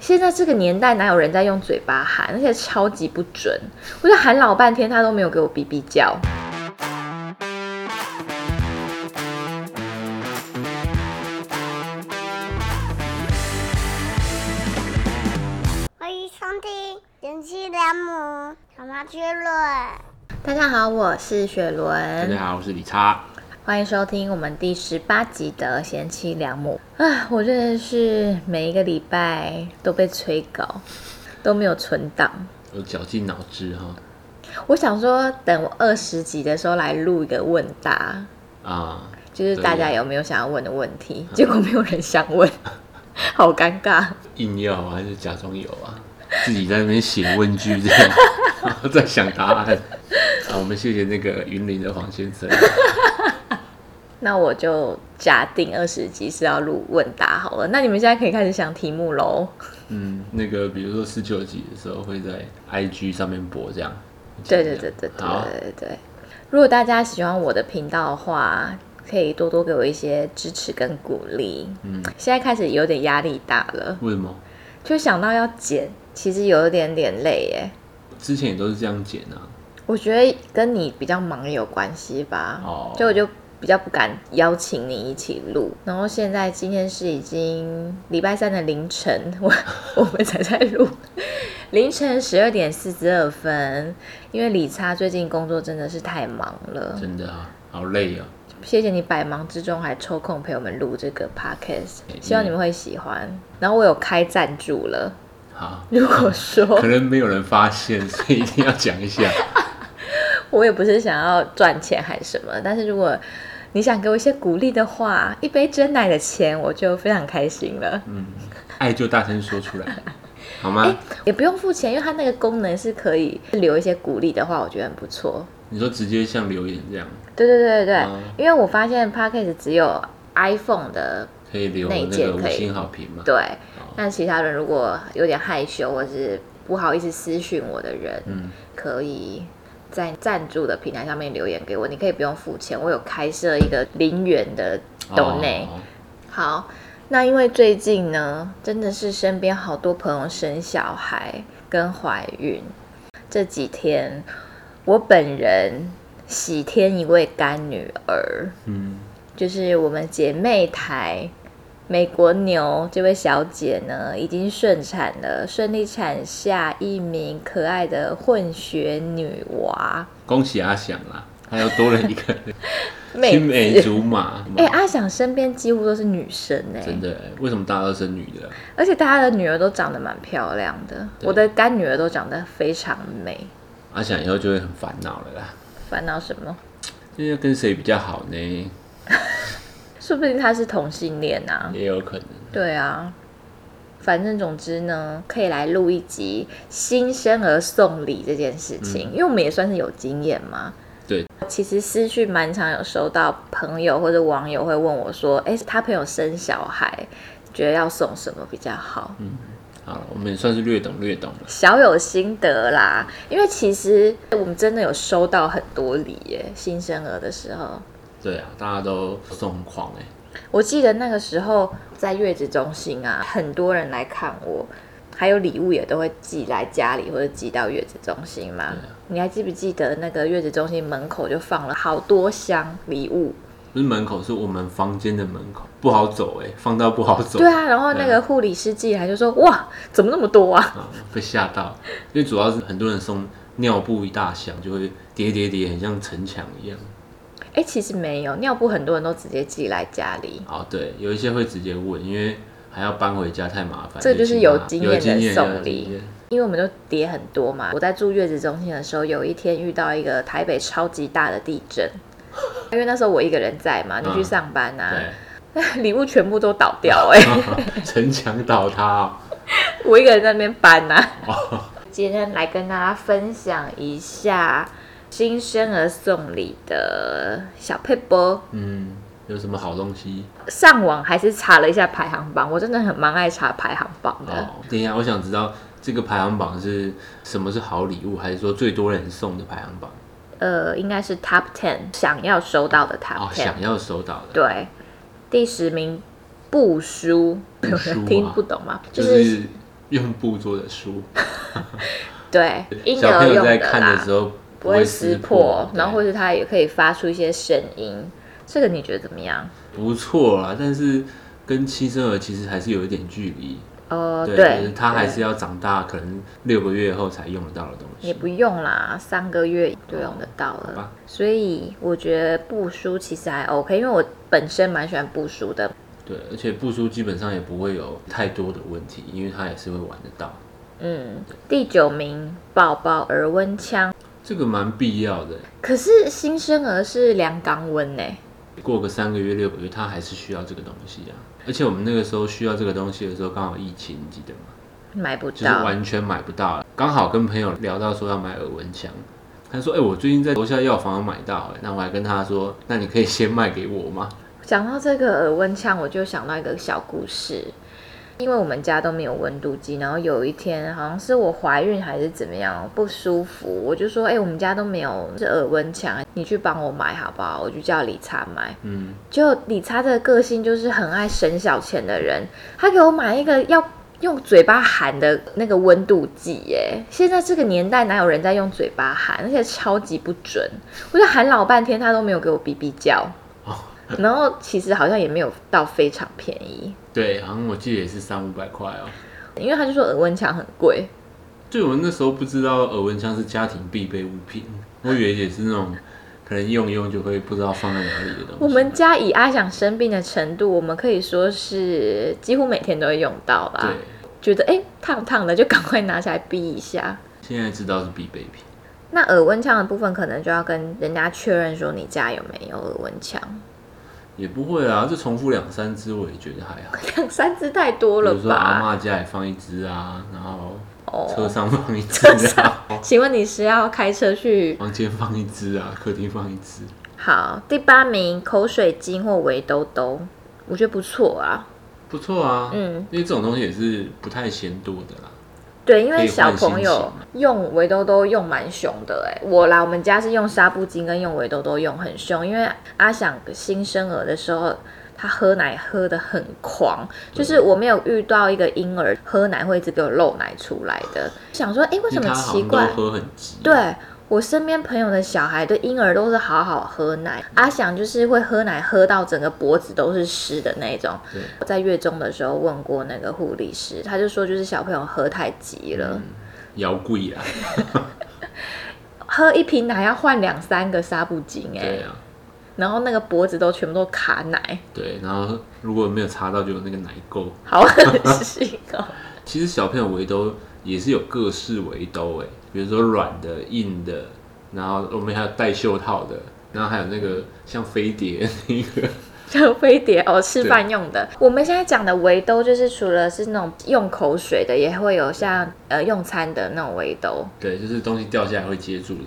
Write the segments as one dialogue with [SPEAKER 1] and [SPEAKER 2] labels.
[SPEAKER 1] 现在这个年代哪有人在用嘴巴喊，而且超级不准。我就喊老半天，他都没有给我哔哔叫。
[SPEAKER 2] 欢迎收听《贤妻良母小麻雀论》。
[SPEAKER 1] 大家好，我是雪
[SPEAKER 3] 大家
[SPEAKER 1] 伦，
[SPEAKER 3] 好，我是李叉。
[SPEAKER 1] 欢迎收听我们第十八集的贤妻良母。啊，我真的是每一个礼拜都被催稿，都没有存档。
[SPEAKER 3] 我绞尽脑汁哈
[SPEAKER 1] 我想说，等我二十集的时候来录一个问答，
[SPEAKER 3] 啊，
[SPEAKER 1] 就是大家有没有想要问的问题，结果没有人想问，好尴尬。
[SPEAKER 3] 硬要啊还是假装有啊？自己在那边写问句这样， 然后在想答案啊。我们谢谢那个云林的黄先生，
[SPEAKER 1] 那我就假定二十集是要录问答好了。那你们现在可以开始想题目喽。
[SPEAKER 3] 嗯，那个比如说十九集的时候会在 IG 上面播这样。
[SPEAKER 1] 对对对对对
[SPEAKER 3] 好
[SPEAKER 1] 对对对。如果大家喜欢我的频道的话，可以多多给我一些支持跟鼓励。
[SPEAKER 3] 嗯，
[SPEAKER 1] 现在开始有点压力大了，
[SPEAKER 3] 为什么？
[SPEAKER 1] 就想到要剪，其实有一点点累耶。
[SPEAKER 3] 之前也都是这样剪啊，
[SPEAKER 1] 我觉得跟你比较忙有关系吧，
[SPEAKER 3] 哦
[SPEAKER 1] 所以我就比较不敢邀请你一起录。然后现在今天是已经礼拜三的凌晨， 我我们才在录， 凌晨十二点四十二分。因为理查最近工作真的是太忙了，
[SPEAKER 3] 真的啊，好累啊。
[SPEAKER 1] 谢谢你百忙之中还抽空陪我们录这个 podcast，希望你们会喜欢。然后我有开赞助了，
[SPEAKER 3] 好，
[SPEAKER 1] 如果说
[SPEAKER 3] 可能没有人发现，所以一定要讲一下。
[SPEAKER 1] 我也不是想要赚钱还是什么，但是如果你想给我一些鼓励的话，一杯真奶的钱我就非常开心了。
[SPEAKER 3] 嗯，爱就大声说出来，好吗？
[SPEAKER 1] 也不用付钱，因为它那个功能是可以留一些鼓励的话，我觉得很不错。
[SPEAKER 3] 你说直接像留言这样。
[SPEAKER 1] 对对对对对，
[SPEAKER 3] 嗯
[SPEAKER 1] 因为我发现 p a c k a g e 只有 iPhone 的
[SPEAKER 3] 可以留
[SPEAKER 1] 内
[SPEAKER 3] 那
[SPEAKER 1] 建
[SPEAKER 3] 个五
[SPEAKER 1] 可以
[SPEAKER 3] 星好评嘛？
[SPEAKER 1] 对，
[SPEAKER 3] 好
[SPEAKER 1] 但其他人如果有点害羞或是不好意思私讯我的人，
[SPEAKER 3] 嗯，
[SPEAKER 1] 可以在赞助的平台上面留言给我，你可以不用付钱，我有开设一个零元的抖内。
[SPEAKER 3] 哦
[SPEAKER 1] 好，那因为最近呢，真的是身边好多朋友生小孩跟怀孕，这几天我本人喜添一位干女儿，
[SPEAKER 3] 嗯，
[SPEAKER 1] 就是我们姐妹台。美国牛这位小姐呢，已经顺产了，顺利产下一名可爱的混血女娃
[SPEAKER 3] 恭喜阿翔啦，他又多了一个
[SPEAKER 1] 妹
[SPEAKER 3] 青梅
[SPEAKER 1] 子。
[SPEAKER 3] 竹 马。
[SPEAKER 1] 哎、阿想身边几乎都是女生哎、
[SPEAKER 3] 真的欸，为什么大家都生女的啊？
[SPEAKER 1] 而且大家的女儿都长得蛮漂亮的，
[SPEAKER 3] 对
[SPEAKER 1] 我的干女儿都长得非常美。
[SPEAKER 3] 阿翔以后就会很烦恼了啦，
[SPEAKER 1] 烦恼什么？
[SPEAKER 3] 这要跟谁比较好呢？
[SPEAKER 1] 说不定她是同性恋啊？
[SPEAKER 3] 也有可能。
[SPEAKER 1] 对啊，反正总之呢，可以来录一集新生儿送礼这件事情，因为我们也算是有经验嘛。
[SPEAKER 3] 嗯对，
[SPEAKER 1] 其实私讯蛮常有收到朋友或者网友会问我说：“哎、他朋友生小孩，觉得要送什么比较好？”
[SPEAKER 3] 好了，我们也算是略懂略懂了。
[SPEAKER 1] 小有心得啦，因为其实我们真的有收到很多礼耶，新生儿的时候，
[SPEAKER 3] 对啊，大家都送很狂哎，
[SPEAKER 1] 我记得那个时候在月子中心啊，很多人来看我，还有礼物也都会寄来家里或者寄到月子中心嘛。
[SPEAKER 3] 对啊
[SPEAKER 1] 你还记不记得那个月子中心门口就放了好多箱礼物？
[SPEAKER 3] 不是门口，是我们房间的门口，不好走哎，放到不好走。
[SPEAKER 1] 对啊，然后那个护理师寄来就说：“哇，怎么那么多啊
[SPEAKER 3] 啊，被吓到，因为主要是很多人送尿布一大箱，就会叠叠叠，很像城墙一样。？”
[SPEAKER 1] 哎、其实没有，尿布很多人都直接寄来家里。
[SPEAKER 3] 哦，对，有一些会直接问，因为还要搬回家太麻烦。
[SPEAKER 1] 这就是
[SPEAKER 3] 请
[SPEAKER 1] 有
[SPEAKER 3] 他
[SPEAKER 1] 经验的送
[SPEAKER 3] 有
[SPEAKER 1] 礼
[SPEAKER 3] 经验
[SPEAKER 1] 因为我们都叠很多嘛。我在住月子中心的时候，有一天遇到一个台北超级大的地 震，因为那时候我一个人在嘛，你去上班啊， 礼、物全部都倒掉哎、
[SPEAKER 3] 对， 城墙倒塌哦、
[SPEAKER 1] 我一个人在那边搬啊呐、今天来跟大家分享一下新生儿送礼的小配波。
[SPEAKER 3] 嗯，有什么好东西？
[SPEAKER 1] 上网还是查了一下排行榜，我真的很蛮爱查排行榜的。
[SPEAKER 3] 哦，等一下，我想知道这个排行榜是什么是好礼物，还是说最多人送的排行榜？
[SPEAKER 1] 呃，应该是 Top Ten 想要收到的
[SPEAKER 3] 哦
[SPEAKER 1] Top，Ten、
[SPEAKER 3] 想要收到的，
[SPEAKER 1] 对，第十名布书，有
[SPEAKER 3] 书
[SPEAKER 1] 人
[SPEAKER 3] 啊
[SPEAKER 1] 听不懂吗？就
[SPEAKER 3] 就是是用布做的书，
[SPEAKER 1] 对，婴
[SPEAKER 3] 小
[SPEAKER 1] 儿
[SPEAKER 3] 朋友
[SPEAKER 1] 用
[SPEAKER 3] 在
[SPEAKER 1] 的
[SPEAKER 3] 看的
[SPEAKER 1] 啦
[SPEAKER 3] 时，候
[SPEAKER 1] 不会撕
[SPEAKER 3] 破
[SPEAKER 1] 破，，然后或
[SPEAKER 3] 对
[SPEAKER 1] 者它也可以发出一些声音。这个你觉得怎么样？
[SPEAKER 3] 不错啦，但是跟新生儿其实还是有一点距离。
[SPEAKER 1] 呃，
[SPEAKER 3] 对，就是
[SPEAKER 1] 对，
[SPEAKER 3] 他还是
[SPEAKER 1] 对
[SPEAKER 3] 要长大，可能六个月后才用得到的东
[SPEAKER 1] 也
[SPEAKER 3] 西。
[SPEAKER 1] 不用啦，三个月就用得到
[SPEAKER 3] 好吧
[SPEAKER 1] 了。所以我觉得布书其实还 OK，因为我本身蛮喜欢布书的。
[SPEAKER 3] 对，而且布书基本上也不会有太多的问题，因为他也是会玩得到。
[SPEAKER 1] 嗯，第九名宝宝耳温枪，
[SPEAKER 3] 这个蛮必要的，
[SPEAKER 1] 可是新生儿是量肛温呢、
[SPEAKER 3] 过个三个月、六个月，他还是需要这个东西啊。而且我们那个时候需要这个东西的时候，刚好疫情，你记得吗？
[SPEAKER 1] 买不
[SPEAKER 3] 就是
[SPEAKER 1] 到。
[SPEAKER 3] 完全买不到啊。刚好跟朋友聊到说要买耳温枪，他说：“哎、我最近在楼下药房有买到、欸。”那我还跟他说：“那你可以先卖给我吗
[SPEAKER 1] 讲到这个耳温枪，我就想到一个小故事。因为我们家都没有温度计，然后有一天好像是我怀孕还是怎么样不舒服，我就说：“哎、我们家都没有是耳温枪，你去帮我买好不好？”我就叫李查买。？”
[SPEAKER 3] 嗯，
[SPEAKER 1] 就理查这个个性就是很爱省小钱的人，他给我买一个要用嘴巴喊的那个温度计，耶！现在这个年代哪有人在用嘴巴喊，而且超级不准，我就喊老半天，他都没有给我哔哔叫。然后其实好像也没有到非常便宜，
[SPEAKER 3] 对，好像我记得也是三五百块哦、
[SPEAKER 1] 因为他就说耳温枪很贵，
[SPEAKER 3] 对，我那时候不知道耳温枪是家庭必备物品，我以为也是那种可能用一用就会不知道放在哪里的东西。啊
[SPEAKER 1] 我们家以阿想生病的程度，我们可以说是几乎每天都会用到吧。
[SPEAKER 3] 对，
[SPEAKER 1] 觉得哎烫烫的就赶快拿起来逼一下。
[SPEAKER 3] 现在知道是必备品。
[SPEAKER 1] 那耳温枪的部分，可能就要跟人家确认说你家有没有耳温枪，
[SPEAKER 3] 也不会啊，这重复两三支我也觉得还好。
[SPEAKER 1] 两三只太多
[SPEAKER 3] 比
[SPEAKER 1] 了
[SPEAKER 3] 如说阿
[SPEAKER 1] 吧？
[SPEAKER 3] 嬷家也放一支啊，然后车
[SPEAKER 1] 哦，
[SPEAKER 3] 上放一支啊，
[SPEAKER 1] 请问你是要开车去？
[SPEAKER 3] 房间放一支啊，客厅放一支。
[SPEAKER 1] 好，第八名口水巾或围兜兜，我觉得不错啊。
[SPEAKER 3] 不错啊，
[SPEAKER 1] 嗯，
[SPEAKER 3] 因为这种东西也是不太嫌多的啦。
[SPEAKER 1] 对，因为
[SPEAKER 3] 可以
[SPEAKER 1] 小
[SPEAKER 3] 换心
[SPEAKER 1] 朋友用围兜兜用蛮凶的哎、我啦，我们家是用纱布巾跟用围兜兜用很凶，因为阿想新生儿的时候。他喝奶喝的很狂，就是我没有遇到一个婴儿喝奶会一直给我漏奶出来的。想说，哎、为
[SPEAKER 3] 因
[SPEAKER 1] 什
[SPEAKER 3] 为
[SPEAKER 1] 么
[SPEAKER 3] 他好
[SPEAKER 1] 奇
[SPEAKER 3] 像都
[SPEAKER 1] 怪？
[SPEAKER 3] 喝很急，，啊
[SPEAKER 1] 对我身边朋友的小孩对婴儿都是好好喝奶，阿想就是会喝奶喝到整个脖子都是湿的那种。
[SPEAKER 3] 对
[SPEAKER 1] 我在月中的时候问过那个护理师，他就说就是小朋友喝太急
[SPEAKER 3] 嗯
[SPEAKER 1] 了，
[SPEAKER 3] 摇柜啊，
[SPEAKER 1] 喝一瓶奶要换两三个纱布巾哎、
[SPEAKER 3] 对啊，
[SPEAKER 1] 然后那个脖子都全部都卡奶，
[SPEAKER 3] 对，然后如果没有查到就有那个奶垢。
[SPEAKER 1] 好 恶心哦。
[SPEAKER 3] 其实小朋友围兜也是有各式围兜哎，比如说软的、硬的，然后我们还有带袖套的，然后还有那个像飞碟那个，
[SPEAKER 1] 像飞碟哦，吃饭用的。我们现在讲的围兜，就是除了是那种用口水的，也会有像呃用餐的那种围兜。
[SPEAKER 3] 对，就是东西掉下来会接住的。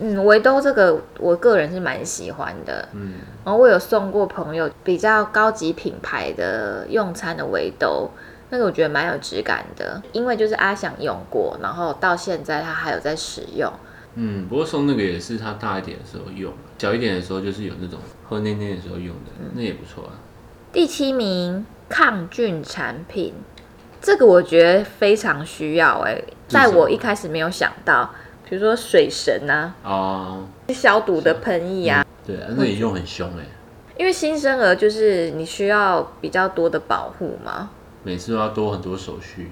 [SPEAKER 1] 嗯，围兜这个我个人是蛮喜欢的。
[SPEAKER 3] 嗯，
[SPEAKER 1] 然后我有送过朋友比较高级品牌的用餐的围兜，那个我觉得蛮有质感的，因为就是阿想用过，然后到现在他还有在使用。
[SPEAKER 3] 嗯，不过送那个也是他大一点的时候用，小一点的时候就是有那种喝奶奶的时候用的，那也不错啊。
[SPEAKER 1] 第七名，抗菌产品，这个我觉得非常需要哎、
[SPEAKER 3] 是什么
[SPEAKER 1] 在我一开始没有想到，比如说水神啊，
[SPEAKER 3] 哦，
[SPEAKER 1] 消毒的喷液啊，
[SPEAKER 3] 对，啊那也用很凶哎、
[SPEAKER 1] 因为新生儿就是你需要比较多的保护嘛，
[SPEAKER 3] 每次都要多很多手续，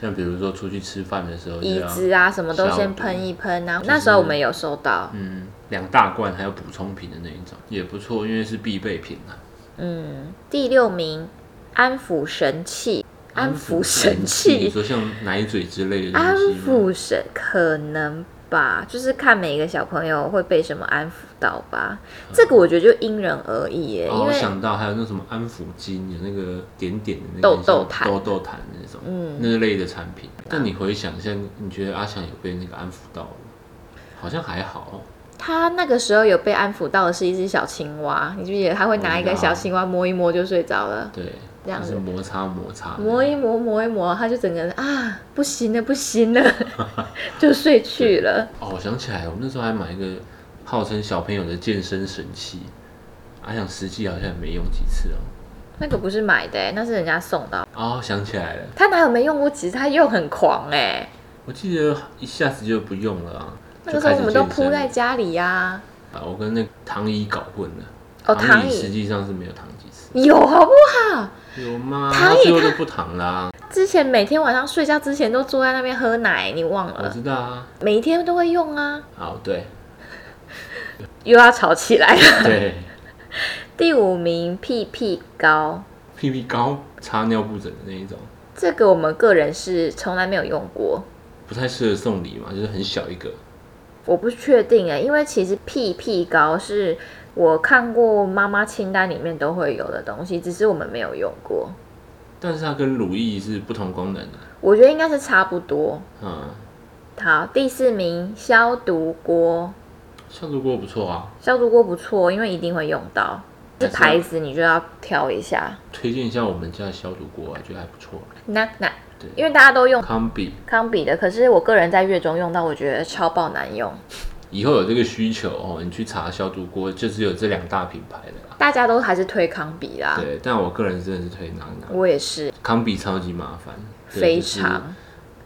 [SPEAKER 3] 像比如说出去吃饭的时候就
[SPEAKER 1] 椅
[SPEAKER 3] 要，
[SPEAKER 1] 子啊什么都
[SPEAKER 3] 消
[SPEAKER 1] 先
[SPEAKER 3] 毒
[SPEAKER 1] 喷一喷啊。
[SPEAKER 3] 是
[SPEAKER 1] 那时候我们有收到，
[SPEAKER 3] 嗯，两大罐还有补充品的那一种也不错，因为是必备品啊。
[SPEAKER 1] 嗯，第六名，安抚神器，安抚神
[SPEAKER 3] 你
[SPEAKER 1] 器，
[SPEAKER 3] 说像奶嘴之类的
[SPEAKER 1] 安
[SPEAKER 3] 东西吗？
[SPEAKER 1] 抚神可能吧，就是看每一个小朋友会被什么安抚到吧。这个我觉得就因人而异耶，
[SPEAKER 3] 哦，
[SPEAKER 1] 因
[SPEAKER 3] 我
[SPEAKER 1] 为
[SPEAKER 3] 想到还有那什么安抚巾，有那个点点的那个
[SPEAKER 1] 痘痘
[SPEAKER 3] 像
[SPEAKER 1] 毯
[SPEAKER 3] 痘痘毯那种，
[SPEAKER 1] 嗯
[SPEAKER 3] 那类的产品。但你回想一下，你觉得阿翔有被那个安抚到吗？好像还好哦，
[SPEAKER 1] 他那个时候有被安抚到的是一只小青蛙，你记不记得他会拿一个
[SPEAKER 3] 我知道
[SPEAKER 1] 小青蛙摸一摸就睡着了。
[SPEAKER 3] 对，
[SPEAKER 1] 这样
[SPEAKER 3] 就
[SPEAKER 1] 子
[SPEAKER 3] 是摩擦摩擦的，
[SPEAKER 1] 磨一磨，磨一磨，他就整个人啊，不行了，不行 了，就睡去了。
[SPEAKER 3] 哦，我想起来，我那时候还买一个号称小朋友的健身神器，阿翔实际好像也没用几次哦。
[SPEAKER 1] 那个不是买的、欸，那是人家送的啊。
[SPEAKER 3] 哦，想起来了，
[SPEAKER 1] 他哪有没用过？其实他用很狂哎、
[SPEAKER 3] 我记得一下子就不用了啊。
[SPEAKER 1] 那个时候
[SPEAKER 3] 就开始
[SPEAKER 1] 我们都
[SPEAKER 3] 健身
[SPEAKER 1] 铺在家里呀、
[SPEAKER 3] 啊，我跟那个躺椅搞混了。
[SPEAKER 1] 哦
[SPEAKER 3] 躺
[SPEAKER 1] 躺椅
[SPEAKER 3] 实际上是没有躺几次，
[SPEAKER 1] 有好不好？
[SPEAKER 3] 有 吗？
[SPEAKER 1] 躺椅
[SPEAKER 3] 最后
[SPEAKER 1] 它
[SPEAKER 3] 就不躺啦、
[SPEAKER 1] 之前每天晚上睡觉之前都坐在那边喝奶，你忘
[SPEAKER 3] 我
[SPEAKER 1] 了？
[SPEAKER 3] 知 道啊。
[SPEAKER 1] 每一天都会用啊，
[SPEAKER 3] 好，对
[SPEAKER 1] 又要吵起来了。
[SPEAKER 3] 对，
[SPEAKER 1] 第五名屁屁膏，
[SPEAKER 3] 屁屁膏擦尿布疹的那一种，
[SPEAKER 1] 这个我们个人是从来没有用过，
[SPEAKER 3] 不太适合送礼嘛，就是很小一个。
[SPEAKER 1] 我不确定哎、因为其实屁屁膏是我看过妈妈清单里面都会有的东西，只是我们没有用过。
[SPEAKER 3] 但是它跟乳液是不同功能的，
[SPEAKER 1] 我觉得应该是差不多。
[SPEAKER 3] 嗯，
[SPEAKER 1] 好，第四名消毒锅，
[SPEAKER 3] 消毒锅不错啊，
[SPEAKER 1] 消毒锅不错，因为一定会用到。这
[SPEAKER 3] 没错
[SPEAKER 1] 牌子你就要挑一下，
[SPEAKER 3] 推荐一下我们家的消毒锅啊，觉得还不错、
[SPEAKER 1] 那那
[SPEAKER 3] 对，
[SPEAKER 1] 因为大家都用
[SPEAKER 3] 康比
[SPEAKER 1] 康比的，可是我个人在月中用到，我觉得超爆难用。
[SPEAKER 3] 以后有这个需求哦，你去查消毒锅，就只有这两大品牌的啦。
[SPEAKER 1] 大家都还是推康比啦，
[SPEAKER 3] 对，但我个人真的是推拿拿
[SPEAKER 1] 我也是，
[SPEAKER 3] 康比超级麻烦，对
[SPEAKER 1] 非
[SPEAKER 3] 就是
[SPEAKER 1] 常，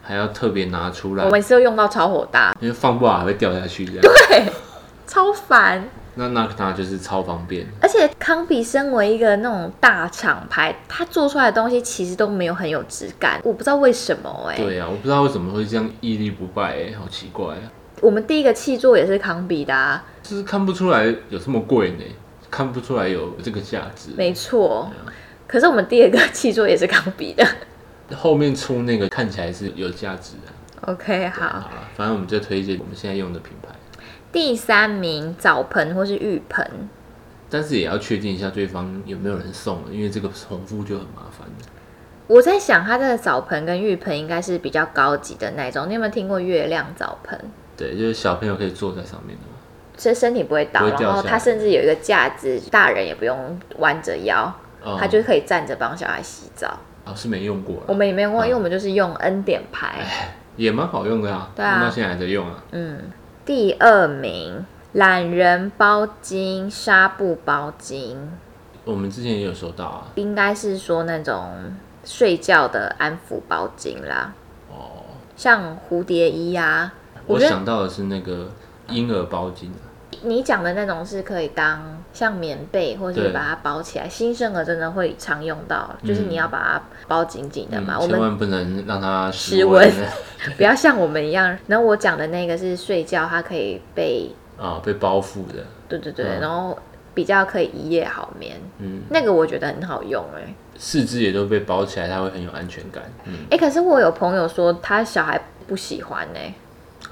[SPEAKER 3] 还要特别拿出来
[SPEAKER 1] 我，每次都用到超火大，
[SPEAKER 3] 因为放不好还会掉下去这样。
[SPEAKER 1] 超烦。
[SPEAKER 3] 那那它就是超方便，
[SPEAKER 1] 而且康比身为一个那种大厂牌，它做出来的东西其实都没有很有质感，我不知道为什么哎、
[SPEAKER 3] 对啊，我不知道为什么会这样屹立不败、欸，好奇怪啊！
[SPEAKER 1] 我们第一个气座也是康比的、啊，
[SPEAKER 3] 就是看不出来有这么贵呢、看不出来有这个价值。
[SPEAKER 1] 没错。可是我们第二个气座也是康比 的。
[SPEAKER 3] 后面出那个看起来是有价值的、
[SPEAKER 1] OK，好。
[SPEAKER 3] 好了，反正我们就推荐我们现在用的品牌，
[SPEAKER 1] 第三名澡盆或是浴盆，
[SPEAKER 3] 但是也要确定一下对方有没有人送啊了，因为这个重复就很麻烦。
[SPEAKER 1] 我在想它的澡盆跟浴盆应该是比较高级的那种。你有没有听过月亮澡盆？
[SPEAKER 3] 对，就是小朋友可以坐在上面的嘛。
[SPEAKER 1] 所以身体不会倒，
[SPEAKER 3] 不会掉
[SPEAKER 1] 然后
[SPEAKER 3] 下来
[SPEAKER 1] 它甚至有一个架子，大人也不用弯着腰，
[SPEAKER 3] 哦
[SPEAKER 1] 他就可以站着帮小孩洗澡。
[SPEAKER 3] 哦是没用过
[SPEAKER 1] 我
[SPEAKER 3] 了，
[SPEAKER 1] 们也没有用，
[SPEAKER 3] 嗯
[SPEAKER 1] 因为我们就是用恩典牌。
[SPEAKER 3] 也蛮好用的啊，
[SPEAKER 1] 对啊
[SPEAKER 3] 用到现在还在用啊。
[SPEAKER 1] 嗯，第二名懒人包巾、纱布包巾，
[SPEAKER 3] 我们之前也有收到啊，
[SPEAKER 1] 应该是说那种睡觉的安抚包巾啦，
[SPEAKER 3] 哦，
[SPEAKER 1] 像蝴蝶衣啊。我
[SPEAKER 3] 我
[SPEAKER 1] 觉得
[SPEAKER 3] 想到的是那个婴儿包巾啊，
[SPEAKER 1] 你讲的那种是可以当像棉被，或是
[SPEAKER 3] 对
[SPEAKER 1] 把它包起来。新生儿真的会常用到，就是你要把它包紧紧的嘛。
[SPEAKER 3] 嗯
[SPEAKER 1] 我
[SPEAKER 3] 千
[SPEAKER 1] 们
[SPEAKER 3] 万不能让它
[SPEAKER 1] 失
[SPEAKER 3] 失温
[SPEAKER 1] 温不要像我们一样。然后我讲的那个是睡觉，它可以被，
[SPEAKER 3] 啊，被包覆的。
[SPEAKER 1] 对对对，
[SPEAKER 3] 嗯
[SPEAKER 1] 然后比较可以一夜好眠。
[SPEAKER 3] 嗯，
[SPEAKER 1] 那个我觉得很好用哎、
[SPEAKER 3] 四肢也都被包起来，它会很有安全感。嗯，
[SPEAKER 1] 哎、可是我有朋友说他小孩不喜欢哎、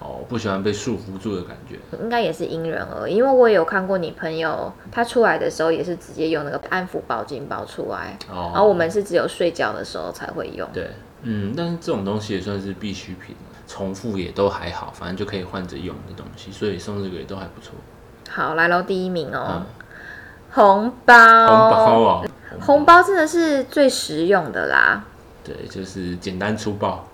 [SPEAKER 3] 哦，不喜欢被束缚住的感觉。
[SPEAKER 1] 应该也是因人而异，因为我也有看过你朋友他出来的时候也是直接用那个安抚包巾包出来，
[SPEAKER 3] 哦，
[SPEAKER 1] 然后我们是只有睡觉的时候才会用。
[SPEAKER 3] 对，嗯，但是这种东西也算是必需品，重复也都还好，反正就可以换着用的东西，所以送这个也都还不错。
[SPEAKER 1] 好，来喽，第一名哦
[SPEAKER 3] 啊，，
[SPEAKER 1] 红
[SPEAKER 3] 红
[SPEAKER 1] 包，
[SPEAKER 3] 包哦，
[SPEAKER 1] 红包真的是最实用的啦。
[SPEAKER 3] 对，就是简单粗暴。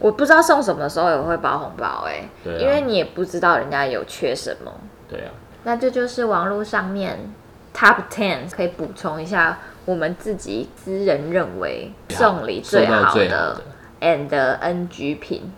[SPEAKER 1] 我不知道送什么的时候也会包红包哎、
[SPEAKER 3] 对啊
[SPEAKER 1] 因为你也不知道人家有缺什么。
[SPEAKER 3] 对啊，
[SPEAKER 1] 那这就是网络上面 top ten 可以补充一下我们自己私人认为送礼
[SPEAKER 3] 收
[SPEAKER 1] 最
[SPEAKER 3] 到
[SPEAKER 1] 好
[SPEAKER 3] 最好
[SPEAKER 1] 的
[SPEAKER 3] 的，
[SPEAKER 1] and NG 品。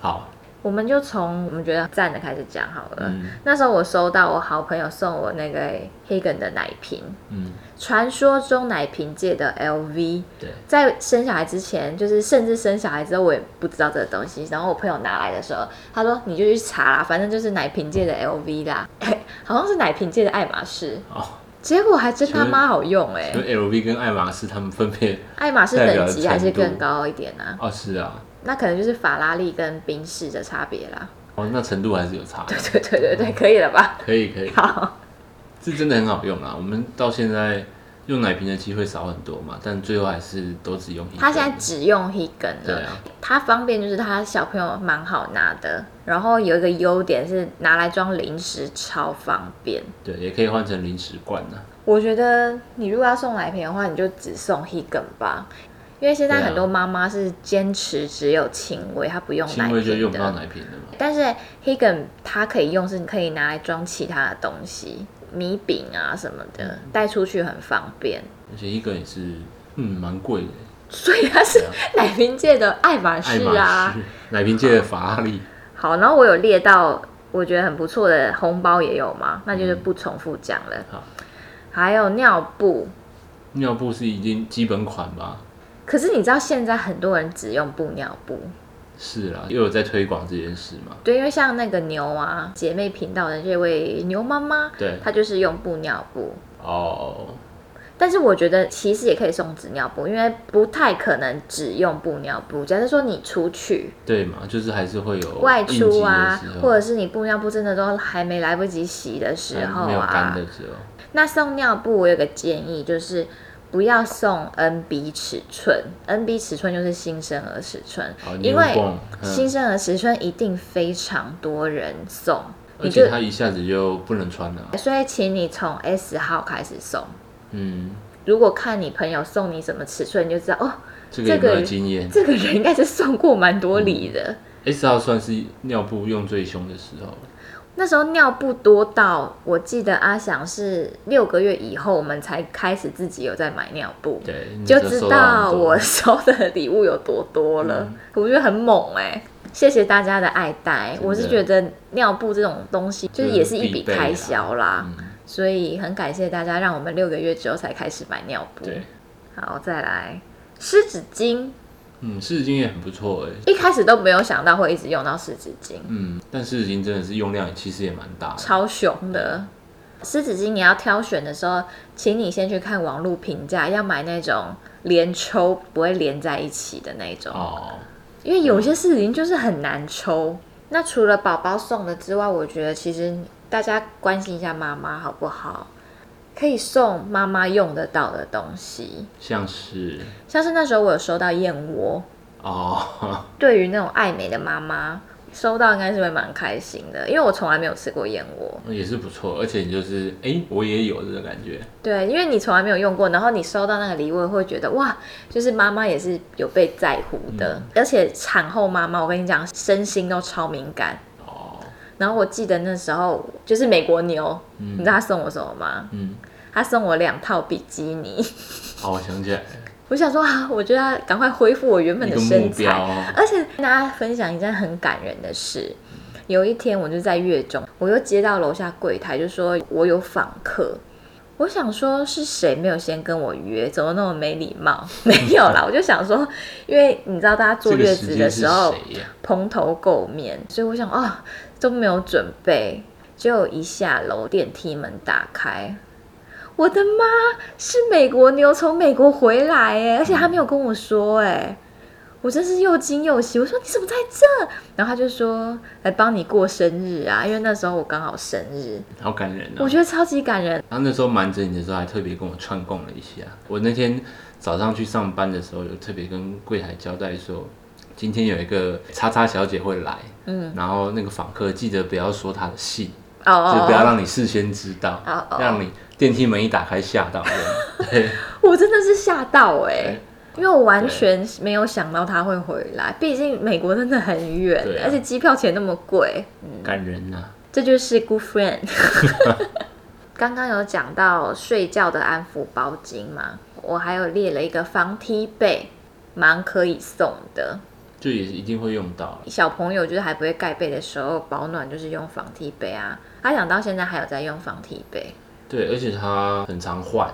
[SPEAKER 3] 好，
[SPEAKER 1] 我们就从我们觉得赞的开始讲好了。
[SPEAKER 3] 嗯
[SPEAKER 1] 那时候我收到我好朋友送我那个 Hagen 的奶瓶，
[SPEAKER 3] 嗯，
[SPEAKER 1] 传说中奶瓶界的 LV，
[SPEAKER 3] 对，
[SPEAKER 1] 在生小孩之前，就是甚至生小孩之后，我也不知道这个东西。然后我朋友拿来的时候，他说你就去查啦，反正就是奶瓶界的 LV 啦， 好像是奶瓶界的爱马仕。
[SPEAKER 3] 好。
[SPEAKER 1] 结果还真他妈好用哎、
[SPEAKER 3] 哦因为 LV 跟爱马仕他们分别
[SPEAKER 1] 爱马仕
[SPEAKER 3] 代表
[SPEAKER 1] 等
[SPEAKER 3] 的
[SPEAKER 1] 级还是
[SPEAKER 3] 程度
[SPEAKER 1] 更高一点啊，
[SPEAKER 3] 哦，是啊，
[SPEAKER 1] 那可能就是法拉利跟宾士的差别啦。
[SPEAKER 3] 哦，那程度还是有差，
[SPEAKER 1] 对对对对对，可以了吧？
[SPEAKER 3] 可以可以，
[SPEAKER 1] 好，
[SPEAKER 3] 是真的很好用啊。我们到现在用奶瓶的机会少很多嘛，但最后还是都只用一个。
[SPEAKER 1] 他现在只用 Hagen
[SPEAKER 3] 对
[SPEAKER 1] 了。
[SPEAKER 3] 啊，
[SPEAKER 1] 它方便就是它小朋友蛮好拿的，然后有一个优点是拿来装零食超方便。
[SPEAKER 3] 对，也可以换成零食罐啊。
[SPEAKER 1] 我觉得你如果要送奶瓶的话，你就只送 Hagen 吧，因为现在
[SPEAKER 3] 对啊
[SPEAKER 1] 很多妈妈是坚持只有轻微，她不用哦奶
[SPEAKER 3] 轻微就
[SPEAKER 1] 瓶
[SPEAKER 3] 用不到
[SPEAKER 1] 的。
[SPEAKER 3] 奶瓶了嘛。
[SPEAKER 1] 但是 Hagen 它可以用，是可以
[SPEAKER 3] 嗯
[SPEAKER 1] 拿来装其他的东西，米饼啊什么的，带出去很方便。
[SPEAKER 3] 而且一个也是嗯蛮贵的，
[SPEAKER 1] 所以它是 奶瓶界的爱马
[SPEAKER 3] 啊爱
[SPEAKER 1] 仕
[SPEAKER 3] 马
[SPEAKER 1] 啊
[SPEAKER 3] 仕。奶瓶界的法拉利，
[SPEAKER 1] 好，然后我有列到我觉得很不错的红包也有嘛，那就是不重复讲了。
[SPEAKER 3] 嗯好
[SPEAKER 1] 还有尿布，
[SPEAKER 3] 尿布是已经基本款吧？
[SPEAKER 1] 可是你知道现在很多人只用布尿布，
[SPEAKER 3] 是啦，又有在推广这件事嘛？
[SPEAKER 1] 对，因为像那个牛啊姐妹频道的这位牛妈妈，
[SPEAKER 3] 对
[SPEAKER 1] 她就是用布尿布。
[SPEAKER 3] 哦，
[SPEAKER 1] 但是我觉得其实也可以送纸尿布，因为不太可能只用布尿布。假设说你出去
[SPEAKER 3] 对嘛，就是还是会有
[SPEAKER 1] 外
[SPEAKER 3] 应急
[SPEAKER 1] 出
[SPEAKER 3] 哦的
[SPEAKER 1] 啊
[SPEAKER 3] 时候，
[SPEAKER 1] 或者是你布尿布真的都还没来不及洗的时候
[SPEAKER 3] 没有干
[SPEAKER 1] 啊
[SPEAKER 3] 的，时候，
[SPEAKER 1] 那送尿布我有个建议就是。不要送 NB 尺寸，NB 尺寸就是新生儿尺寸，
[SPEAKER 3] 哦
[SPEAKER 1] 因为
[SPEAKER 3] 牛泵嗯
[SPEAKER 1] 新生儿尺寸一定非常多人送，
[SPEAKER 3] 而
[SPEAKER 1] 你就
[SPEAKER 3] 且它一下子就不能穿了。
[SPEAKER 1] 所以请你从 S 号开始送。
[SPEAKER 3] 嗯，
[SPEAKER 1] 如果看你朋友送你什么尺寸，你就知道哦，
[SPEAKER 3] 这个有
[SPEAKER 1] 这
[SPEAKER 3] 没
[SPEAKER 1] 个
[SPEAKER 3] 有经验
[SPEAKER 1] 这个人应该是送过蛮多礼的。
[SPEAKER 3] ？S 号算是尿布用最凶的时候，
[SPEAKER 1] 那时候尿布多到，我记得阿翔是六个月以后，我们才开始自己有在买尿布，
[SPEAKER 3] 对，那
[SPEAKER 1] 就
[SPEAKER 3] 时候
[SPEAKER 1] 知
[SPEAKER 3] 收到很
[SPEAKER 1] 道
[SPEAKER 3] 多
[SPEAKER 1] 我收的礼物有多多了。
[SPEAKER 3] 嗯
[SPEAKER 1] 我觉得很猛哎、谢谢大家的爱戴。
[SPEAKER 3] 的
[SPEAKER 1] 我是觉得尿布这种东西，就是也是一笔开销啦，
[SPEAKER 3] 啊嗯
[SPEAKER 1] 所以很感谢大家，让我们六个月之后才开始买尿布。
[SPEAKER 3] 对，
[SPEAKER 1] 好，再来湿纸巾，
[SPEAKER 3] 嗯，湿纸巾也很不错哎、
[SPEAKER 1] 一开始都没有想到会一直用到湿纸巾，
[SPEAKER 3] 嗯，但湿纸巾真的是用量其实也蛮大的，
[SPEAKER 1] 超熊的。湿纸巾你要挑选的时候，请你先去看网络评价，要买那种连抽不会连在一起的那种，
[SPEAKER 3] 哦，
[SPEAKER 1] 因为有些湿纸巾就是很难抽。那除了宝宝送的之外，我觉得其实大家关心一下妈妈好不好？可以送妈妈用得到的东西，
[SPEAKER 3] 像是
[SPEAKER 1] 像是那时候我有收到燕窝，
[SPEAKER 3] 哦，
[SPEAKER 1] 对于那种爱美的妈妈，收到应该是会蛮开心的，因为我从来没有吃过燕窝。
[SPEAKER 3] 也是不错，而且你就是哎、诶我也有这个感觉，
[SPEAKER 1] 对，因为你从来没有用过，然后你收到那个礼物，会觉得哇，就是妈妈也是有被在乎的，
[SPEAKER 3] 嗯
[SPEAKER 1] 而且产后妈妈，我跟你讲，身心都超敏感。
[SPEAKER 3] 哦，
[SPEAKER 1] 然后我记得那时候就是美国牛，你知道他送我什么吗？
[SPEAKER 3] 嗯，
[SPEAKER 1] 他送我两套比基尼，
[SPEAKER 3] 好，我想起来了，
[SPEAKER 1] 我想说啊，我就要赶快恢复我原本
[SPEAKER 3] 一
[SPEAKER 1] 的
[SPEAKER 3] 个目
[SPEAKER 1] 身材，
[SPEAKER 3] 标哦，
[SPEAKER 1] 而且跟大家分享一件很感人的事。有一天，我就在月中，我又接到楼下柜台就说我有访客。我想说是谁没有先跟我约，怎么那么没礼貌？ 没有啦，我就想说，因为你知道大家坐
[SPEAKER 3] 这个
[SPEAKER 1] 月子
[SPEAKER 3] 时间
[SPEAKER 1] 的
[SPEAKER 3] 是
[SPEAKER 1] 时候
[SPEAKER 3] 谁呀？
[SPEAKER 1] 蓬头垢面，所以我想哦都没有准备，就一下楼电梯门打开，我的妈，是美国牛从美国回来哎，而且他没有跟我说哎，我真是又惊又喜。我说你怎么在这？然后他就说来帮你过生日啊，因为那时候我刚好生日，
[SPEAKER 3] 好感人哦
[SPEAKER 1] 我。觉得超级感人。
[SPEAKER 3] 他那时候瞒着你的时候，还特别跟我串供了一下。我那天早上去上班的时候，有特别跟柜台交代说，今天有一个叉叉小姐会来，嗯，然后那个访客记得不要说她的姓，
[SPEAKER 1] 哦
[SPEAKER 3] 就不要
[SPEAKER 1] 哦，
[SPEAKER 3] 让你事先知道，
[SPEAKER 1] 哦哦
[SPEAKER 3] 让你电梯门一打开吓到人。对，
[SPEAKER 1] 我真的是吓到哎
[SPEAKER 3] 对。
[SPEAKER 1] 因为我完全没有想到他会回来，毕竟美国真的很远
[SPEAKER 3] 对，啊
[SPEAKER 1] 而且机票钱那么贵。
[SPEAKER 3] 感人啊呐、
[SPEAKER 1] 这就是 good friend。刚刚有讲到睡觉的安抚包巾嘛，我还有列了一个防踢被，蛮可以送的。
[SPEAKER 3] 就也是一定会用到。
[SPEAKER 1] 小朋友就是还不会盖被的时候，保暖就是用防踢被啊。他想到现在还有在用防踢被，
[SPEAKER 3] 对，而且它很常换，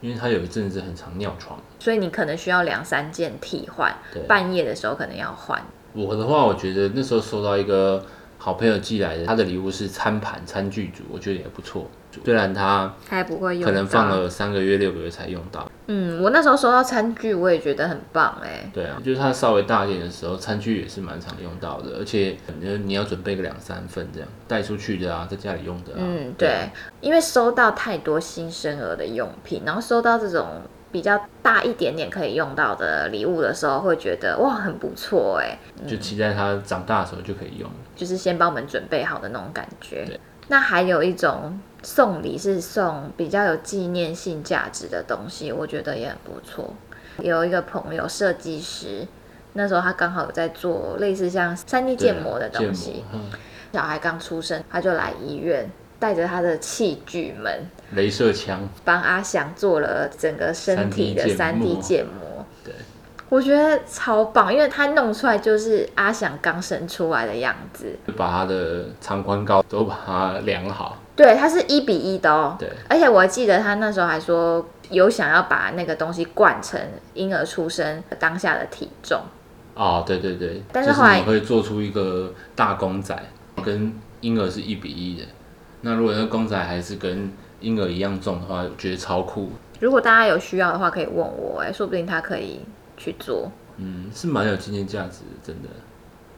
[SPEAKER 3] 因为它有一阵子很常尿床。
[SPEAKER 1] 所以你可能需要两三件替换
[SPEAKER 3] 对，
[SPEAKER 1] 半夜的时候可能要换。
[SPEAKER 3] 我的话，我觉得那时候收到一个好朋友寄来的，他的礼物是餐盘餐具组，我觉得也不错。虽然他
[SPEAKER 1] 他也不会用，
[SPEAKER 3] 可能放。了三个月、六个月才用到，
[SPEAKER 1] 嗯，我那时候收到餐具，我也觉得很棒哎、
[SPEAKER 3] 对啊，就是他稍微大一点的时候，餐具也是蛮常用到的，而且你你要准备个两三份这样，带出去的啊，在家里用的啊，
[SPEAKER 1] 嗯，对，因为收到太多新生儿的用品，然后收到这种比较大一点点可以用到的礼物的时候，会觉得哇很不错哎，
[SPEAKER 3] 就期待他长大的时候就可以用了。
[SPEAKER 1] 就是先帮我们准备好的那种感觉
[SPEAKER 3] 对。
[SPEAKER 1] 那还有一种送礼是送比较有纪念性价值的东西，我觉得也很不错。有一个朋友设计师，那时候他刚好有在做类似像三 D
[SPEAKER 3] 对啊
[SPEAKER 1] 建模的
[SPEAKER 3] 建
[SPEAKER 1] 东
[SPEAKER 3] 模
[SPEAKER 1] 西，
[SPEAKER 3] 嗯
[SPEAKER 1] 小孩刚出生，他就来医院，带着他的器具们，
[SPEAKER 3] 镭射枪，
[SPEAKER 1] 帮阿翔做了整个身体的
[SPEAKER 3] 3D 建
[SPEAKER 1] 三 D
[SPEAKER 3] 模
[SPEAKER 1] 建模。
[SPEAKER 3] 对，
[SPEAKER 1] 我觉得超棒，因为他弄出来就是阿翔刚生出来的样子。
[SPEAKER 3] 就把他的长宽高都把它量好。
[SPEAKER 1] 对，它是一比一的哦。
[SPEAKER 3] 对，
[SPEAKER 1] 而且我还记得他那时候还说有想要把那个东西灌成婴儿出生当下的体重。
[SPEAKER 3] 哦，对对对，
[SPEAKER 1] 但是
[SPEAKER 3] 就是
[SPEAKER 1] 后来
[SPEAKER 3] 你会做出一个大公仔，跟婴儿是一比一的。那如果那个公仔还是跟婴儿一样重的话，我觉得超酷。
[SPEAKER 1] 如果大家有需要的话，可以问我、哎，说不定他可以去做。
[SPEAKER 3] 嗯，是蛮有纪念价值的，真的。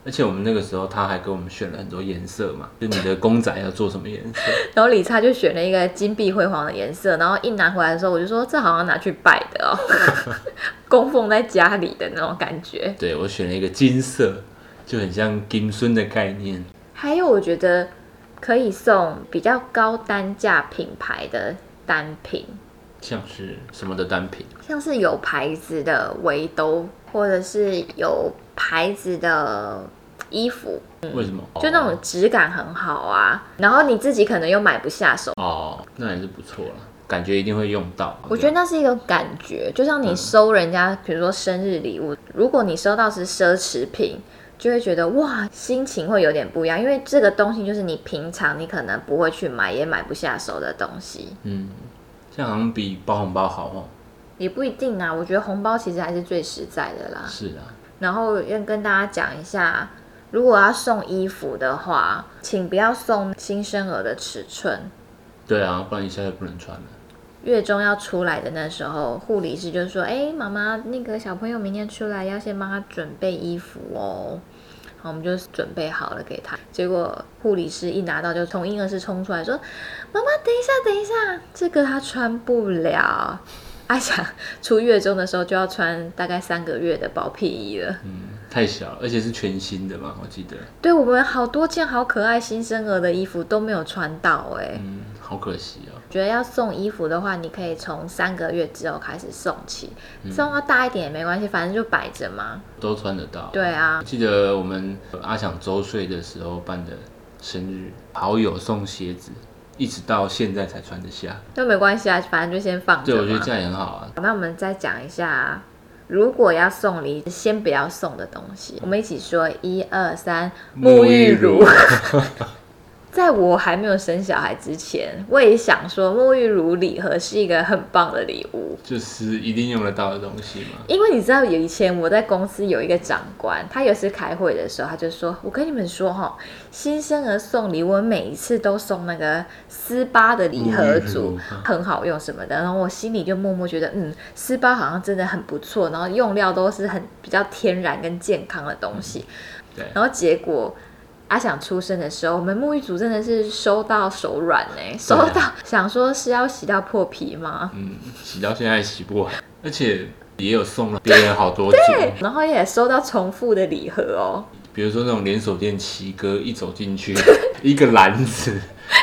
[SPEAKER 3] 而且我们那个时候他还给我们选了很多颜色嘛，就你的公仔要做什么颜色？
[SPEAKER 1] 然后理查就选了一个金碧辉煌的颜色，然后一拿回来的时候，我就说这好像拿去拜的哦， 供奉在家里的那种感觉。
[SPEAKER 3] 对我选了一个金色，就很像金孙的概念。
[SPEAKER 1] 还有，我觉得可以送比较高单价品牌的单品，
[SPEAKER 3] 像是什么的单品？
[SPEAKER 1] 像是有牌子的围兜，或者是有牌子的衣服，
[SPEAKER 3] 为什么？
[SPEAKER 1] 就那种质感很好啊。然后你自己可能又买不下手，
[SPEAKER 3] 哦，那还是不错啦，感觉一定会用到。
[SPEAKER 1] 我觉得那是一个感觉，就像你收人家，比如说生日礼物，如果你收到是奢侈品，就会觉得哇，心情会有点不一样，因为这个东西就是你平常你可能不会去买，也买不下手的东西，
[SPEAKER 3] 嗯，这样好像比包红包好哦。
[SPEAKER 1] 也不一定啊。我觉得红包其实还是最实在的啦。
[SPEAKER 3] 是啊，
[SPEAKER 1] 然后要跟大家讲一下，如果要送衣服的话，请不要送新生儿的尺寸。
[SPEAKER 3] 对啊，不然一下就不能穿了。
[SPEAKER 1] 月中要出来的那时候，护理师就说：“哎、妈妈，那个小朋友明天出来要先帮他准备衣服哦。”好，我们就准备好了给他。结果护理师一拿到就从婴儿室冲出来说：“妈妈，等一下，等一下，这个他穿不了。”阿翔出月中的时候就要穿大概三个月的薄屁衣了。
[SPEAKER 3] 嗯，太小了，而且是全新的嘛，我记得。
[SPEAKER 1] 对我们好多件好可爱新生儿的衣服都没有穿到哎、
[SPEAKER 3] 嗯，好可惜哦。
[SPEAKER 1] 觉得要送衣服的话，你可以从三个月之后开始送起，送到大一点也没关系，反正就摆着嘛。
[SPEAKER 3] 都穿得到。
[SPEAKER 1] 对啊
[SPEAKER 3] 我记得我们阿想周岁的时候办的生日，好友送鞋子，一直到现在才穿得下。
[SPEAKER 1] 那没关系啊，反正就先放
[SPEAKER 3] 对，
[SPEAKER 1] 着
[SPEAKER 3] 我觉得
[SPEAKER 1] 嘛
[SPEAKER 3] 这。样也很好啊。
[SPEAKER 1] 好那我们再讲一下，如果要送礼，先不要送的东西，我们一起说一二三，沐浴乳。在我还没有生小孩之前，我也想说沐浴乳礼盒是一个很棒的礼物。
[SPEAKER 3] 就是一定用得到的东西嘛。
[SPEAKER 1] 因为你知道，有以前我在公司有一个长官，他有一次开会的时候，他就说：“我跟你们说哈、新生儿送礼，我每一次都送那个斯巴的礼盒组
[SPEAKER 3] 嗯，嗯
[SPEAKER 1] 很好用什么的。”然后我心里就默默觉得，嗯，斯巴好像真的很不错，然后用料都是很比较天然跟健康的东西。
[SPEAKER 3] 嗯对
[SPEAKER 1] 然后结果。阿想出生的时候，我们沐浴组真的是收到手软呢、
[SPEAKER 3] 啊
[SPEAKER 1] 收到、想说是要洗到破皮吗？
[SPEAKER 3] 嗯，洗到现在还洗不完，而且也有送了别人好多组，
[SPEAKER 1] 然后也收到重复的礼盒哦。
[SPEAKER 3] 比如说那种连锁店奇哥一走进去， 一个篮 子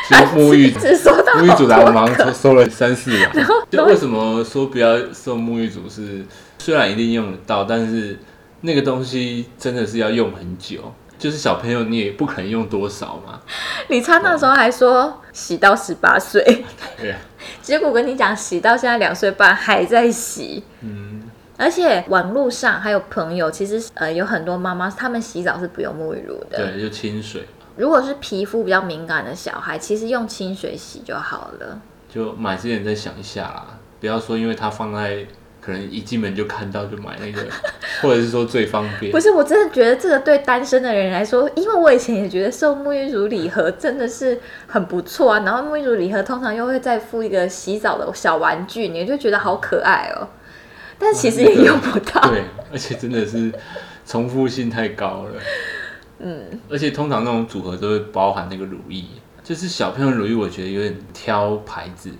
[SPEAKER 3] 是沐浴
[SPEAKER 1] 只收到
[SPEAKER 3] 沐浴组来，我们收收了三四篮。就
[SPEAKER 1] 然
[SPEAKER 3] 为什么说不要送沐浴组是，虽然一定用得到，但是那个东西真的是要用很久。就是小朋友，你也不可能用多少 嘛。
[SPEAKER 1] 李灿那时候还说洗到十八岁，
[SPEAKER 3] 对啊，
[SPEAKER 1] 结果我跟你讲，洗到现在两岁半还在洗。
[SPEAKER 3] 嗯，
[SPEAKER 1] 而且网络上还有朋友，其实呃有很多妈妈，她们洗澡是不用沐浴乳的。
[SPEAKER 3] 对，就清水，
[SPEAKER 1] 如果是皮肤比较敏感的小孩，其实用清水洗就好了。
[SPEAKER 3] 就买之前再想一下啦，不要说因为它放在可能一进门就看到就买 那个，或者是说最方便
[SPEAKER 1] 不。是，我真的觉得这个对单身的人来说，因为我以前也觉得送沐浴乳礼盒真的是很不错啊。然后沐浴乳礼盒通常又会再附一个洗澡的小玩具，你就觉得好可爱哦。但其实也用不 到。
[SPEAKER 3] 对，而且真的是重复性太高了。嗯，而且通常那种组合都会包含那个乳液，就是小朋友乳液，我觉得有点挑牌子，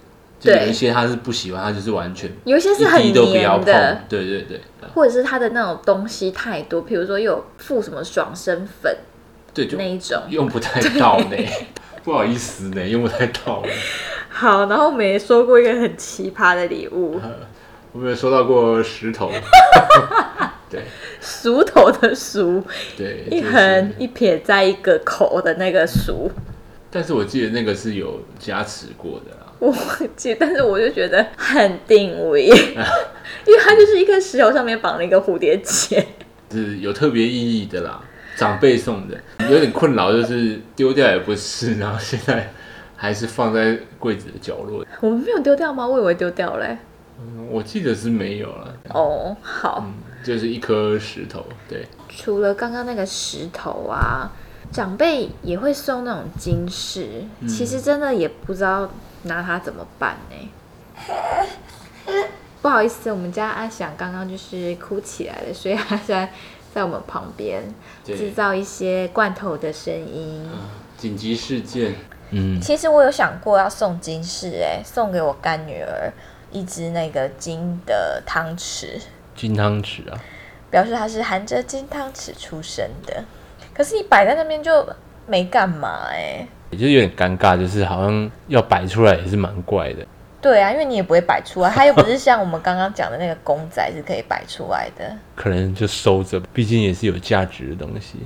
[SPEAKER 3] 就
[SPEAKER 1] 对
[SPEAKER 3] 有一些他是不喜欢，他就是完全
[SPEAKER 1] 有一些是很
[SPEAKER 3] 一滴都不要
[SPEAKER 1] 黏
[SPEAKER 3] 碰
[SPEAKER 1] 的，。
[SPEAKER 3] 对对对，
[SPEAKER 1] 或者是它的那种东西太多，比如说有附什么爽身粉
[SPEAKER 3] 对就
[SPEAKER 1] 那一种。
[SPEAKER 3] 用不太到呢， 不好意思呢，用不太到呢。
[SPEAKER 1] 好，然后我们也收过一个很奇葩的礼物，
[SPEAKER 3] 啊我没有收到过石头， 对
[SPEAKER 1] 熟头的熟，
[SPEAKER 3] 对，
[SPEAKER 1] 一
[SPEAKER 3] 就是
[SPEAKER 1] 横一撇在一个口的那个熟。
[SPEAKER 3] 但是我记得那个是有加持过的啊啦。
[SPEAKER 1] 我忘记，但是我就觉得很定 位，因为它就是一颗石头上面绑了一个蝴蝶结。
[SPEAKER 3] 是有特别意义的啦，长辈送的，有点困扰，就是丢掉也不是，然后现在还是放在柜子的角落。
[SPEAKER 1] 我们没有丢掉吗？我以为丢掉嘞、
[SPEAKER 3] 嗯我记得是没有了，
[SPEAKER 1] 哦，好，
[SPEAKER 3] 嗯，就是一颗石头，对，
[SPEAKER 1] 除了刚刚那个石头啊，长辈也会送那种金饰，
[SPEAKER 3] 嗯
[SPEAKER 1] 其实真的也不知道拿它怎么办呢、 不好意思，我们家阿翔刚刚就是哭起来了，所以他现在在我们旁边
[SPEAKER 3] 对
[SPEAKER 1] 制造一些罐头的声音。
[SPEAKER 3] 紧急事件，嗯，
[SPEAKER 1] 其实我有想过要送金饰，哎，送给我干女儿一只那个金的汤匙，
[SPEAKER 3] 金汤匙啊，
[SPEAKER 1] 表示她是含着金汤匙出生的。可是你摆在那边就没干嘛哎、
[SPEAKER 3] 也就是有点尴尬，就是好像要摆出来也是蛮怪的。
[SPEAKER 1] 对啊，因为你也不会摆出来，它又不是像我们刚刚讲的那个公仔是可以摆出来的。
[SPEAKER 3] 可能就收着，毕竟也是有价值的东西。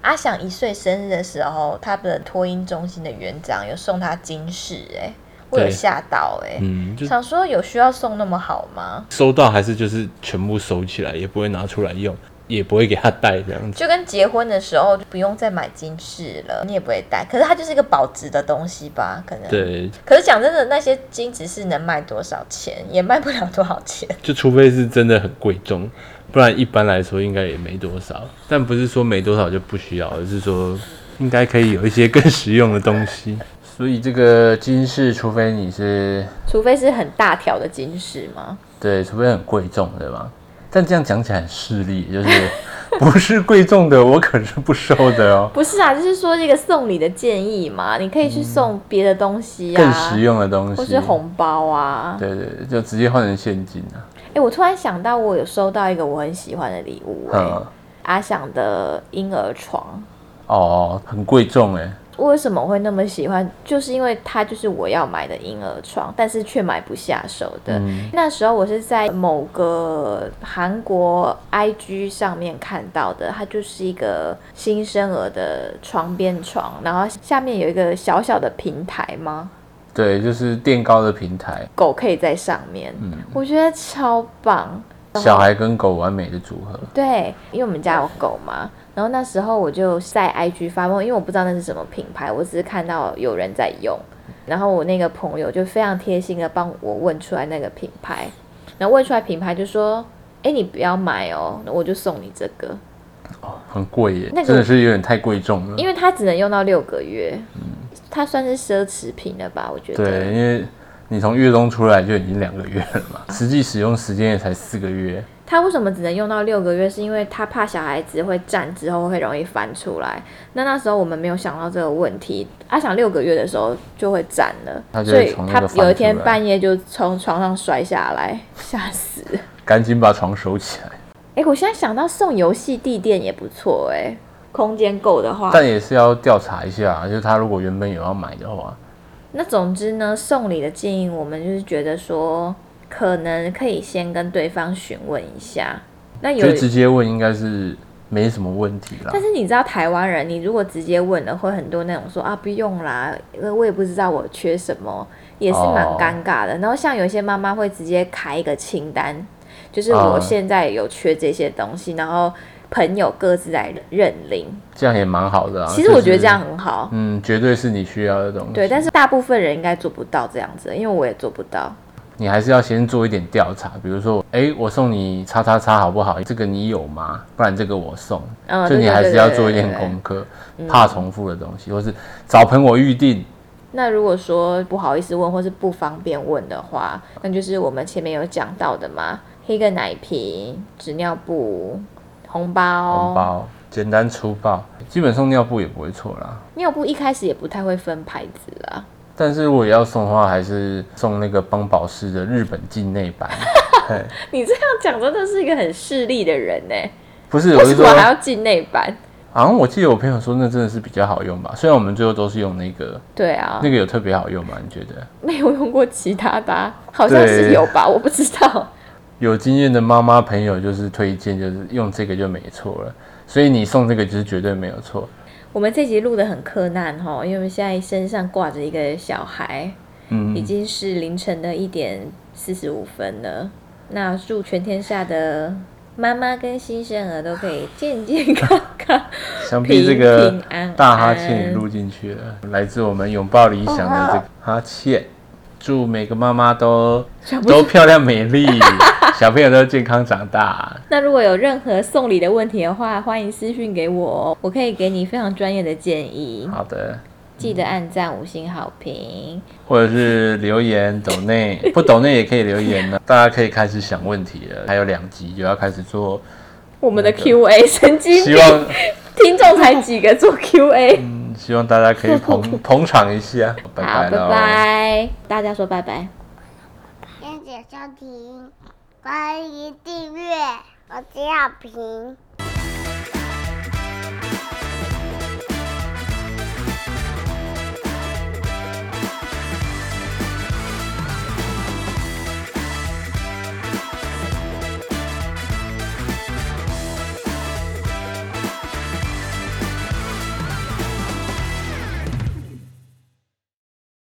[SPEAKER 1] 阿翔一岁生日的时候，他的托婴中心的园长有送他金饰，哎，我有
[SPEAKER 3] 对
[SPEAKER 1] 吓到哎、
[SPEAKER 3] 嗯，就
[SPEAKER 1] 想说有需要送那么好吗？
[SPEAKER 3] 收到还是就是全部收起来，也不会拿出来用，也不会给他带这样子。
[SPEAKER 1] 就跟结婚的时候就不用再买金饰了，你也不会戴。可是它就是一个保值的东西吧？可能。。
[SPEAKER 3] 对，
[SPEAKER 1] 可是讲真的，那些金子是能卖多少钱，也卖不了多少钱。
[SPEAKER 3] 就除非是真的很贵重，不然一般来说应该也没多少。但不是说没多少就不需要，而是说应该可以有一些更实用的东西。所以这个金饰，除非你是
[SPEAKER 1] 除非是很大条的金饰吗？
[SPEAKER 3] 对，除非很贵重，对吧？但这样讲起来很势利，就是 不是贵重的，我可是不收的哦。
[SPEAKER 1] 不是啊，就是说这个送礼的建议嘛，你可以去送别的东西啊，
[SPEAKER 3] 更实用的东西，
[SPEAKER 1] 或是红包啊。
[SPEAKER 3] 对对，对就直接换成现金啊。
[SPEAKER 1] 哎、我突然想到，我有收到一个我很喜欢的礼物、哎、
[SPEAKER 3] 嗯，
[SPEAKER 1] 阿翔的婴儿床。
[SPEAKER 3] 哦，很贵重哎。
[SPEAKER 1] 为什么会那么喜欢？就是因为它就是我要买的婴儿床，但是却买不下手的。
[SPEAKER 3] 嗯
[SPEAKER 1] 那时候我是在某个韩国 IG 上面看到的，它就是一个新生儿的床边床，然后下面有一个小小的平台吗？
[SPEAKER 3] 对，就是垫高的平台，
[SPEAKER 1] 狗可以在上面，
[SPEAKER 3] 嗯
[SPEAKER 1] 我觉得超棒。
[SPEAKER 3] 小孩跟狗完美的组合。
[SPEAKER 1] 对，因为我们家有狗嘛，然后那时候我就在 IG 发问，因为我不知道那是什么品牌，我只是看到有人在用，然后我那个朋友就非常贴心的帮我问出来那个品牌，然后问出来品牌就说。哎，你不要买哦，我就送你这个，
[SPEAKER 3] 很贵耶，
[SPEAKER 1] 那个
[SPEAKER 3] 真的是有点太贵重了
[SPEAKER 1] 因。为它只能用到六个月，它算是奢侈品了吧？我觉
[SPEAKER 3] 对，
[SPEAKER 1] 得。
[SPEAKER 3] 因为你从月中出来就已经两个月了
[SPEAKER 1] 啊
[SPEAKER 3] 嘛，实际使用时间也才四个月。
[SPEAKER 1] 它为什么只能用到六个月？是因为它怕小孩子会站之后会容易翻出来。那那时候我们没有想到这个问题，阿想六个月的时候就会站了，
[SPEAKER 3] 他就
[SPEAKER 1] 所
[SPEAKER 3] 会
[SPEAKER 1] 以
[SPEAKER 3] 从那
[SPEAKER 1] 他
[SPEAKER 3] 个翻
[SPEAKER 1] 有一天
[SPEAKER 3] 出来
[SPEAKER 1] 半夜就从床上摔下来，吓死！
[SPEAKER 3] 赶紧把床收起来，
[SPEAKER 1] 哎、我现在想到送游戏地垫也不错哎、空间够的话。
[SPEAKER 3] 但也是要调查一下，啊就是他如果原本有要买的话，
[SPEAKER 1] 那总之呢，送礼的建议我们就是觉得说，可能可以先跟对方询问一下。那有
[SPEAKER 3] 就直接问应该是没什么问题啦
[SPEAKER 1] 但。是你知道台湾人，你如果直接问了，会很多那种说啊不用啦，因为我也不知道我缺什么，也是蛮
[SPEAKER 3] 哦
[SPEAKER 1] 尴尬的。然后像有一些妈妈会直接开一个清单，就是我
[SPEAKER 3] 嗯
[SPEAKER 1] 现在有缺这些东西，然后朋友各自来认领。
[SPEAKER 3] 这样也蛮好的啊。
[SPEAKER 1] 其实我觉得这样
[SPEAKER 3] 就是，
[SPEAKER 1] 很好，
[SPEAKER 3] 嗯，绝对是你需要的东西。
[SPEAKER 1] 对，但是大部分人应该做不到这样子，因为我也做不到。
[SPEAKER 3] 你还是要先做一点调查，比如说，哎、我送你叉叉叉好不好？这个你有吗？不然这个我送。
[SPEAKER 1] 嗯
[SPEAKER 3] 就
[SPEAKER 1] 对
[SPEAKER 3] 你
[SPEAKER 1] 对
[SPEAKER 3] 还
[SPEAKER 1] 对
[SPEAKER 3] 是要
[SPEAKER 1] 对
[SPEAKER 3] 做一
[SPEAKER 1] 对嗯
[SPEAKER 3] 点
[SPEAKER 1] 对
[SPEAKER 3] 功课，怕重复的东西，或是找朋友预定。
[SPEAKER 1] 那如果说不好意思问或是不方便问的话，那就是我们前面有讲到的嘛，黑个奶瓶、纸尿布、红包。
[SPEAKER 3] 红包简单粗暴，基本送尿布也不会错啦。
[SPEAKER 1] 尿布一开始也不太会分牌子啦，
[SPEAKER 3] 但是如果要送的话，还是送那个邦宝适的日本境内 版。嘿
[SPEAKER 1] 你这样讲真的是一个很势利的人呢、
[SPEAKER 3] 不是，我
[SPEAKER 1] 为
[SPEAKER 3] 是
[SPEAKER 1] 什
[SPEAKER 3] 说
[SPEAKER 1] 么，还要进内版？
[SPEAKER 3] 好像我记得我朋友说那真的是比较好用吧。虽然我们最后都是用那个，
[SPEAKER 1] 对啊，
[SPEAKER 3] 那个有特别好用吗？你觉得？
[SPEAKER 1] 没有用过其他的啊、好像是
[SPEAKER 3] 对
[SPEAKER 1] 有吧，我不知道。
[SPEAKER 3] 有经验的妈妈朋友就是推荐，就是用这个就没错了。所以你送这个就是绝对没有错。
[SPEAKER 1] 我们这集录的很困难哈，因为我们现在身上挂着一个小孩，已
[SPEAKER 3] 嗯，
[SPEAKER 1] 经是凌晨的一点四十五分了。那祝全天下的妈妈跟新生儿都可以健健康康。
[SPEAKER 3] 想必这个
[SPEAKER 1] 平平安安
[SPEAKER 3] 大哈欠也录进去了，来自我们拥抱理想的这个哈欠。祝每个妈妈都
[SPEAKER 1] 想不
[SPEAKER 3] 都漂亮 美丽，小朋友都健康长大。
[SPEAKER 1] 那如果有任何送礼的问题的话，欢迎私讯给我哦，我可以给你非常专业的建议。
[SPEAKER 3] 好嗯的，
[SPEAKER 1] 记得按赞、五星好评。
[SPEAKER 3] 或者是留言抖内， 不抖内也可以留言呢。大家可以开始想问题了，还有两集就要开始做，
[SPEAKER 1] 我们的
[SPEAKER 3] 那个
[SPEAKER 1] Q&A 神经
[SPEAKER 3] 希
[SPEAKER 1] 病，
[SPEAKER 3] 望
[SPEAKER 1] 听众才几个做 Q&A。
[SPEAKER 3] 嗯希望大家可 以捧捧场一下，拜
[SPEAKER 1] 好，
[SPEAKER 3] 拜
[SPEAKER 1] 拜
[SPEAKER 3] 喽。
[SPEAKER 1] 拜，大家说拜拜。
[SPEAKER 2] 谢谢收听，欢迎订阅，我是小平。